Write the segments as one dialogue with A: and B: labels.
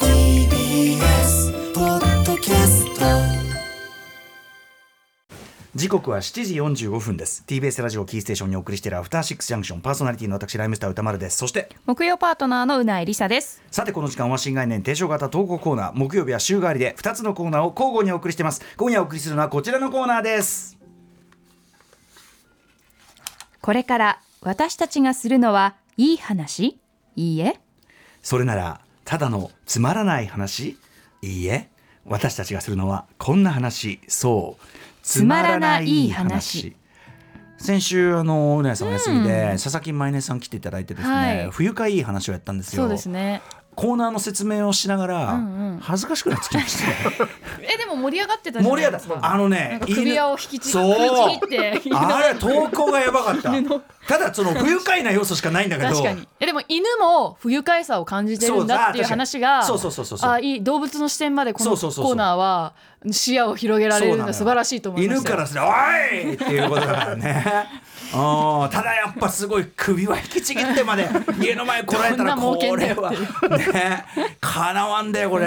A: TBS ポッドキャスト
B: 時刻は7時45分です TBS ラジオキーステーションにお送りしているアフターシックスジャンクションパーソナリティの私ライムスター歌丸ですそして
C: 木曜パートナーのうないりさです。
B: さてこの時間は新概念提唱型投稿コーナー木曜日は週替わりで2つのコーナーを交互にお送りしています今夜お送りするのはこちらのコーナーです
C: これから私たちがするのはいい話いいえ
B: それならただのつまらない話いいえ私たちがするのはこんな話そうつ
C: まらない話
B: 先週あのうなやさんお休みで、佐々木舞音さん来ていただいてですね、
C: はい
B: 不愉快いい話をやったんですよ
C: そうですね。
B: コーナーの説明をしながら、恥ずかしくなってきま した
C: えでも盛り上がってたじゃ
B: 盛り上
C: ないで
B: がっ
C: すか。
B: たあのね
C: なんか首輪を引きちぎ
B: そう
C: 首ちぎって犬の
B: あれ投稿がやばかった
C: 犬の
B: ただその不愉快な要素しかないんだけど
C: 確かにえでも犬も不愉快さを感じてるんだっていう
B: そうあ確か
C: 話
B: に
C: が
B: そうそうそうそうそう
C: あいい動物の視点までこの
B: そ
C: コ
B: うそうそうそう
C: ーナーは視野を広げら
B: そう
C: れる
B: な
C: の
B: のよ
C: が素晴らしいと思いま
B: 犬
C: した
B: からすれば「おい!」っていうことだからね うんただやっぱすごい首は引きちぎってまで家の前来られたら
C: どんな冒
B: こ
C: 険だ
B: れ
C: よ
B: はねかなわんだよこれ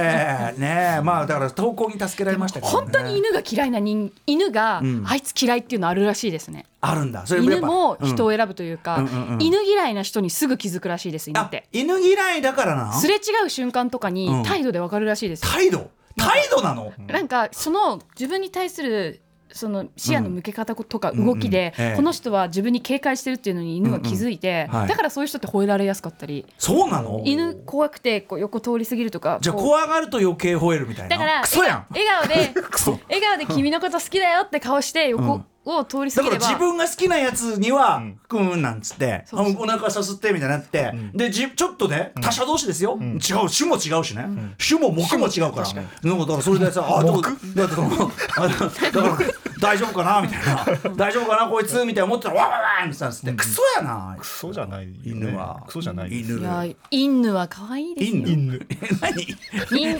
B: ねまあだから投稿に助けられましたけど、ね、
C: 本当に犬が嫌いな人犬が、
B: ん
C: あいつ嫌いっていうのあるらしいですね
B: あるんだそれやっ
C: 犬
B: ぱ
C: も
B: うん
C: 人を選ぶというか、
B: うんうんうん
C: 犬嫌いな人にすぐ気づくらしいです犬っ
B: あ
C: て
B: 犬嫌いだからなの
C: すれ違う瞬間とか
B: うん
C: に態度でわかるらしいですよ、
B: 態度態度なの
C: なんかその自分に対するその視野の向け方とか
B: ん
C: 動きで、
B: うんうんええ
C: この人は自分に警戒してるっていうのに犬が気づいて、
B: うんうんはい
C: だからそういう人って吠えられやすかったり、
B: そうなの
C: 犬怖くてこう横通り過ぎるとか
B: じゃあ
C: こう
B: 怖がると余計吠えるみたいな
C: だから
B: クソやん
C: 笑 顔で
B: ソ
C: 笑顔で君のこと好きだよって顔して
B: う
C: 横
B: ん
C: を通り過
B: だ
C: ぎ
B: から
C: れば、
B: 自分が好きなやつには「くん」なんつって「あ
C: そうそう
B: お腹さすって」みたいになってでじちょっとね他者同士ですよ違う種も違うしね種も目も違うからなんかだからそれでさ「あどうだってそのあだから大丈夫かな」みたいな「大丈夫かなこいつ」みたいな思ってたら「わわわ」みたいなつって「クソやな」
D: クソじゃない、ね、
B: 犬は
D: クソじゃない
B: 犬
C: いや犬は可愛いですよ
B: 犬
D: 犬
B: 何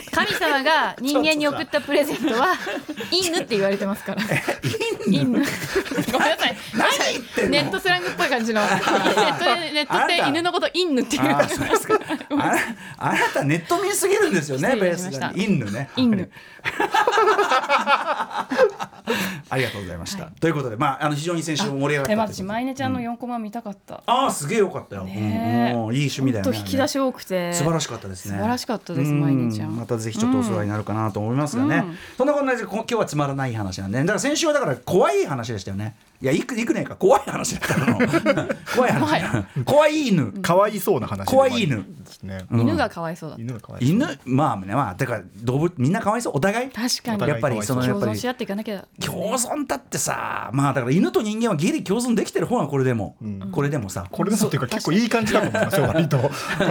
C: 人神様が人間に送ったプレゼントは犬って言われてます から。犬。ごめんなさい。
B: 何言ってんの
C: ネットスラングっぽい感 じの。ネットでネットで犬のこと犬っていう。
B: あーそうですか。あなあなたネット見すぎるんですよね、
C: 失
B: ベ
C: 礼
B: ー
C: し
B: ス
C: ました
B: が、ね。インヌね。
C: 犬。
B: ありがとうございました。ということで、まあ、あの非常に先週も盛り上がった
C: で
B: ということで。
C: 私マイネちゃんの四コマ見たかった。
B: ああ、すげえよかったよ。
C: ねえ
B: うんうんいい趣味だよ
C: と
B: ね。
C: 引き出
B: し。
C: し多くて。
B: 素晴らしかったですね。
C: 素晴らしかったです
B: うん
C: マイネちゃん
B: またぜひちょっとお世話になるかなと思いますがね。そんなこんなでこ今日はつまらない話なんで、だから先週はだから怖い話でしたよね。いやいくいくねえか怖い話だ ったの。怖い話。怖い犬。
D: かわいそうな話
B: 怖い犬
D: ですね、
C: 犬が可哀想だった。
D: 犬がかわいそう
B: 犬まあねまあだから動物みんなかわいそうお互い。
C: 確
D: お
C: かに
D: 互い
B: やっぱりそのやっ
C: 共
B: ぱ
C: 存
B: り
C: し合っていかなきゃ。
B: 共存だってさまあだから犬と人間はギリ共存できてる方がこれでも、これでもさ
D: これだっていうか結構いい感じだと思いますよ割と
C: ら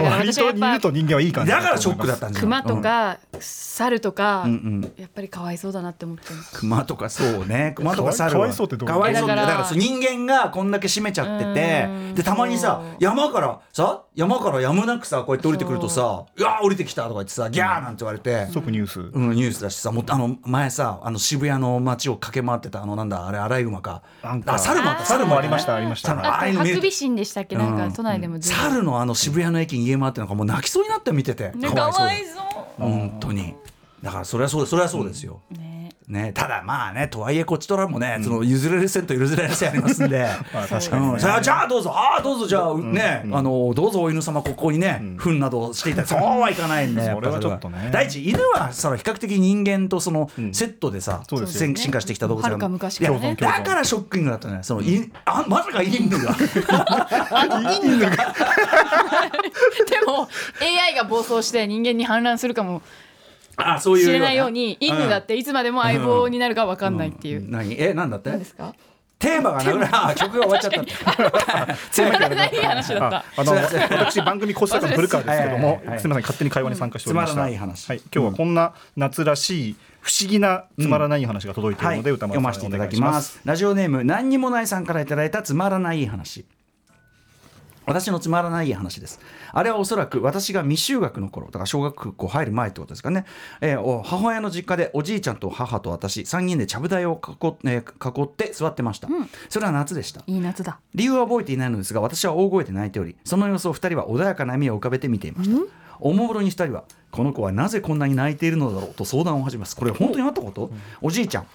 D: 割
C: 私は
D: と
C: やっぱ
D: 犬と人間はいい
B: だ
D: 感じ
B: からシ
D: と
B: ョ
D: 思
B: ッ
D: い
B: ク
D: ます
B: だったんじゃない
C: 熊とか猿とか
B: うんうん
C: やっぱり可哀想だなって思ってます。
B: 熊とかそう ね熊とか猿
D: かわ
B: はい
D: そうってどういう
B: か
D: こと
B: わいそうって
C: だから
B: だからそう人間がこんだけ締めちゃってて
C: うーん
B: でたまにさ
C: そう
B: 山からさ山からやむなくさこうやって降りてくるとさ「いやー降りてきた」とか言ってさ「ギャー」なんて言われて。
D: 即ニュース、
B: うん、ニュースだしさもうあの前さあの渋谷の街を駆け回ってたあのなんだあれアライグマか
D: なんか
B: あ猿もあった
D: 猿もありまし
B: ね
D: たありました
B: 猿
C: あ
B: ああいう
C: と
B: の見
C: ハ
B: る
C: クビシンでしたっけなん
B: うん
C: か都内でもずっと
B: 猿のあの渋谷の駅に家回ってなんかもう泣きそうになって見てて、
C: ね
B: か
C: か
B: わいそう
C: わ
B: で
C: いそう。
B: 本当にだからそれはそうですそれはそうですよ、
C: ね。
B: ね、ただまあねとはいえこっちとらもね、その譲れる線と譲れない線ありますん で
D: まあ確かに
B: うん、さあじゃあどうぞああどうぞじゃあ、ね、あのどうぞお犬様ここにね、糞などをしていただいてそうはいかないんで
D: それは
B: やぱ
D: ちょっとね
B: 第一犬はその比較的人間とそのセットでさ、
D: そうですよ
B: 先進化してきた動物
C: はるか昔
B: い
C: から
B: や
C: ね
B: だからショッキングだったねそのい、 あまさか犬 が
C: でも AI が暴走して人間に反乱するかも
B: あそういう
C: しれないように
B: ん
C: 犬だっていつまでも相棒になるか分かんないっていう。
B: 何えなんだって
C: 何ですか
B: テーマがなくなるあ曲が終わっち ゃったって
D: 狭いか
C: く
D: ら
C: だらない話だった
D: ああの私番組越坂の古川ですけども
B: はいはいはい
D: すみません勝手に会話に参加しておりました
B: つまらない話
D: はい、今日はこんな夏らしい不思議なつまらない話が届いているので歌丸
B: 読ませ
D: さ
B: て
D: ん
B: い
D: お
B: た
D: 願
B: だ
D: い
B: き
D: しま
B: ますすラジオネーム何にもないさんからいただいたつまらない話私のつまらない話ですあれはおそらく私が未就学の頃だから小学校入る前ってことですかね、えーお母親の実家でおじいちゃんと母と私3人でちゃぶ台を囲っ,、えー囲って座ってました、それは夏でした
C: いい夏だ
B: 理由は覚えていないのですが私は大声で泣いておりその様子を2人は穏やかな笑みを浮かべて見ていました、おもむろに2人は「この子はなぜこんなに泣いているのだろう」と相談を始めますこれ本当にあったこと、おじいちゃん、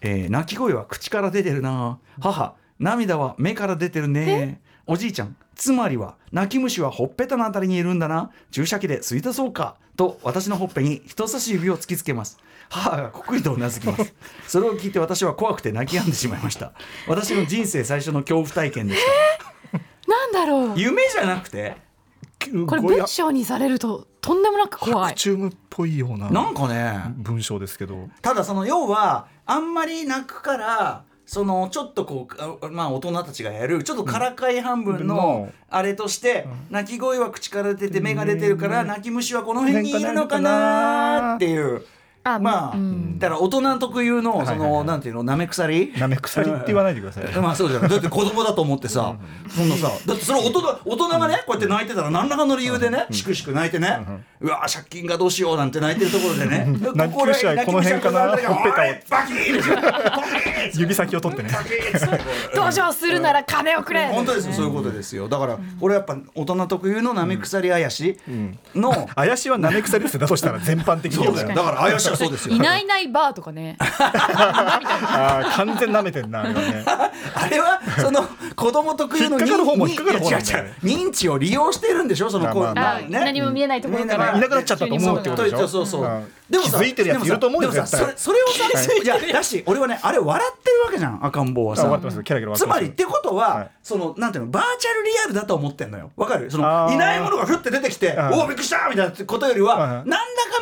B: えー泣き声は口から出てるな母涙は目から出てるねおじいちゃんつまりは泣き虫はほっぺたのあたりにいるんだな注射器で吸い出そうかと私のほっぺに人差し指を突きつけます母がこくりとうなずきますそれを聞いて私は怖くて泣き止んでしまいました私の人生最初の恐怖体験でした
C: なんだろう
B: 夢じゃなくて
C: これ
D: ごい
C: 文章にされるととんでもなく怖い
D: チュームっぽいような
B: なんかね
D: 文章ですけど
B: ただその要はあんまり泣くからそのちょっとこうあまあ大人たちがやるちょっとからかい半分の
D: の
B: あれとして泣き声は口から出て目が出てるから泣き虫はこの辺にいるのかなっていう
C: あ
B: まあ
C: うん
B: だから大人特有のそ
D: はいはいは
B: の
D: い
B: なんていうのなめくさり
D: なめくさりって言わないでください
B: まあそうじゃんだって子供だと思ってさそんなさだってそれ大人大人がねこうやって泣いてたら何らかの理由でねしくしく泣いてねうわー借金がどうしようなんて泣いてるところでねこ
D: 泣き虫はこの辺かな
B: 泣き虫はこの辺かな
D: ほっぺ
B: バキーン
D: 指先を取ってね
C: 同情するなら金をくれ
B: 本当ですよそういうことですよだからこれやっぱ大人特有のなめくさり怪しの
D: 怪しいはなめくさりですよだとしたら全般的に
B: そうだよだから怪しいはそうですよ
C: いないいないバーとかね
D: あー完全なめてんなあれはね
B: あれはその子供特有の
D: 引っかかる方も
B: 認
D: 引っかかる方なんだよね
B: いや違う違う認知を利用してるんでしょその子
D: まあま
C: あ何も見えないところか
B: まあ
C: ら
D: いなくなっちゃったと思うってことでしょ
B: そうそうそう
D: うん
B: でも
D: 気
B: さ
D: づいてるやついると思うよ
B: でもさ
D: 絶
B: それ
D: 対
B: それをさじゃあだし俺はねあれ笑ってるわけじゃん赤ん坊は
D: あ分か
B: さ
D: ってますキャラキャラ
B: つ
D: 分か
B: ま
D: って
B: りっ
D: ま
B: てことは、
D: はい
B: そのなんていうのバーチャルリアルだと思ってんのよわかるその
D: あー
B: いないものがふって出てきて
D: ん
B: おおびっくりしたみたいなことよりは、
D: はいはい
B: 何ら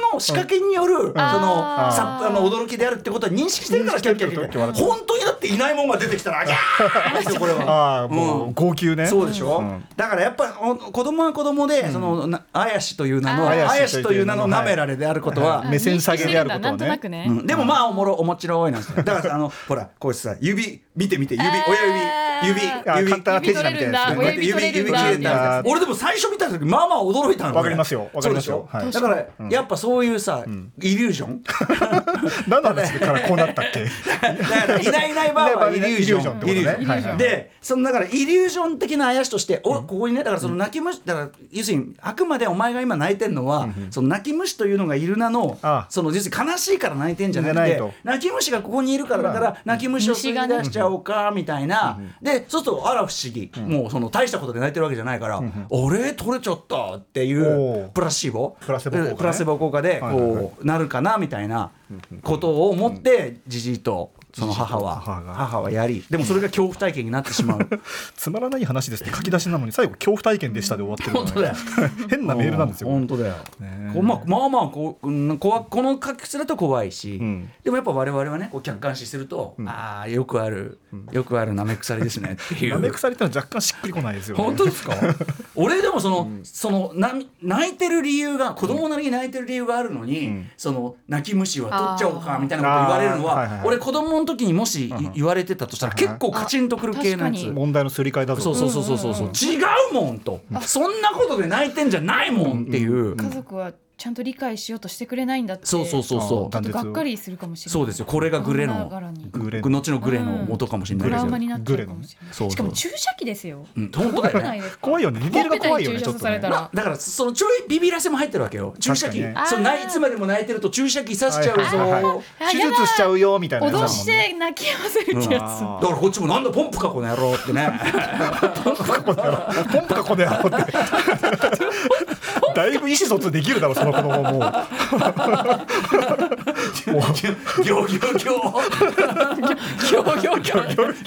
B: かの仕掛けによる、その
C: あー
B: さあの驚きであるってことは認識してるからキャッキャッキャッキャッ本当にだっていないもんが出てきたらあきゃー ですよこれは
D: すああも
B: う
D: う号泣ね
B: そうでしょ、
D: うん
B: だからやっぱお子供は子供で、そのなあやしという名の
C: あ
B: あ
C: ー
B: やしという名のなめられであることは、
D: はい目線下げであることはね
C: 認識してんだなんとなくね、
B: うんでもまあおもろおもちろいなんですよだからさあのほらこうさ指見て見て指
C: あー
B: 親指
D: あ
B: 指
D: 簡単な手
C: 指
D: 品
C: 取
D: みた
C: れる
D: い
C: ん
D: なやつ
B: こう
C: だ親
B: やって
C: 指
B: 指
C: 取
B: 指
C: れる
B: 指切
C: んだ
B: れ
C: み
B: た
C: たいな
D: あ
B: ら
D: ー
B: 俺でも最初見た時まあまあ驚いたの
D: わかりますよわかりますよ
B: そう
D: は
B: で
D: い
B: しょだからやっぱそういうさイリュージョン
D: 何の話からこうなったっけ
B: だからいないいないばあはイリュージョン
D: イリュージョンってことね
B: イリュージョン
D: はいはい
B: でそのだからイリュージョン的な怪しとしておここにねだからその泣き虫だから要するにあくまでお前が今泣いてんのはその泣き虫というのがいるなの
D: ああ
B: その要するに悲しいから泣いてんじゃなく
D: じゃな
B: て
D: いと
B: 泣き虫がここにいるからだから泣き虫を吸い出しちゃおうかみたいなでそうするとあら不思議もうその大したことで泣いてるわけじゃないからあれ取れちゃったってい
D: お
B: う
D: ー
B: プラシーボ
D: プラセボ効果ね
B: プラセボ効果
D: は
B: で
D: いはいはい
B: こうなるかなみたいなことを思ってじじいとその母は
D: じじいと母が
B: 母はやりでもそれが恐怖体験になってしまう
D: つまらない話ですって書き出しなのに最後恐怖体験でしたで終わってるのね
B: 本当だよ
D: 変なメールなんですよ
B: 本当だよ、こうまあまあまあこう、うん、怖この書きすると怖いし、
D: ん
B: でもやっぱ我々はねこう客観視すると、ああよくあるよくあるなめくさりですねってい
D: な
B: う
D: めくさりってのは若干しっくりこないですよね
B: 本当ですか俺でもその,、そのな泣いてる理由が子供なりに泣いてる理由があるのに、その泣き虫は取っちゃおうかみたいなこと言われるのは、
D: あーはいはいはい
B: 俺子供の時にもしい言われてたとしたら結構カチンとくる系のや
C: あ確
B: つ
C: かに。
D: 問題のすり替えだぞ
B: そうそうそうそうそうそう、違うもんとそんなことで泣いてんじゃないもんっていう、
C: 家族はちゃんと理解しようとしてくれないんだって
B: そうそうそうそう
D: あ断
C: ちょっと
D: 絶
C: がっかりするかもしれない
B: そうですよこれがグレ
C: 女
B: の
C: 柄に
D: グレの
B: 後のグレの元かもしれない
C: ト
B: で
C: ラ
B: す
C: ウ
B: よ、
C: マ
B: う
C: になっちゃうかもしれない
B: そうそう
C: しかも注射器ですよ
B: ん本当だよ
C: ない
B: ね
C: ですか
D: 怖いよねディテールが怖いよねち
C: ほ
D: ょ
C: っ
D: っと
C: ぺたに注射され
D: ね
C: たら
B: だからそのちょいビビらせも入ってるわけよ注射器、
D: 確
C: かに
B: そのない
C: あー
B: いつまでも泣いてると注射器刺しちゃ
D: は
B: う
D: い
B: ぞ、
D: はいはい
C: あ
D: 手術しちゃうよみたいなやつだもん
C: 脅
D: ね
C: して泣き止ませるってや
B: だからこっちもなんだポンプかこの野郎って ね
D: ポンプかこの野郎ってだいぶ意思疎通できるだろその子供もう
B: ギョギョギョ
E: ギョギョギョ
B: ギョギ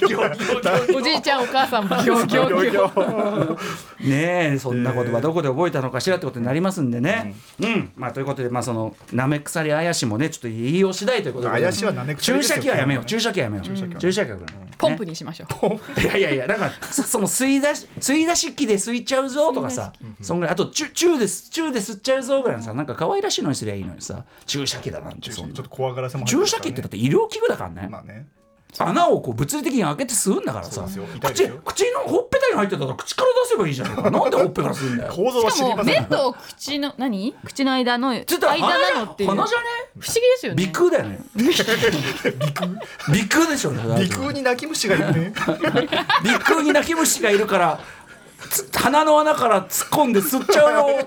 B: ョギョ
E: おじいちゃんお 母さんもギョギョギョ
B: ねえそんな言葉どこで覚えたのかしらってことになりますんでね。うん、まあということでまあそのなめくさりあやしもねちょっと言いよう次第ということで。
D: 怪しはなめくさり
B: 注
D: ですよ
B: 射器はやめよう注射器はやめよう注射器はやめよう
E: ポンプにしましょう。
B: いやいやいやだからそその吸い出し吸い出し器で吸いちゃうぞとかさそんぐらいあとチュチューですチューで吸っちゃうぞぐらいのさなんか可愛らしいのにすりゃいいのにさ注射器だなんて
D: ち
B: そ
D: ょ
B: ん
D: っ
B: な
D: と怖がらせも入
B: 注
D: ます
B: 射
D: からね
B: 器ってだって医療器具だからね。
D: まあね
B: 穴をこう物理的に開けて吸うんだからさ
D: そうですよ痛いです
B: 口
D: よ
B: 口のほっぺたに入ってたら口から出せばいいじゃんなんでほっぺから吸うんだよ
D: 構造は
E: し
D: 知
E: か
D: り
E: も
D: ません
E: 目と口の何口の間の間
B: ちょっと鼻
E: なのっていう不
B: 鼻
E: 思
B: じゃね
E: 議ですよね。
B: 鼻腔だよね鼻腔でしょうね
D: 鼻腔に泣き虫がいるね
B: 鼻腔に泣き虫がいるからつ鼻の穴から突っ込んで吸っちゃうよ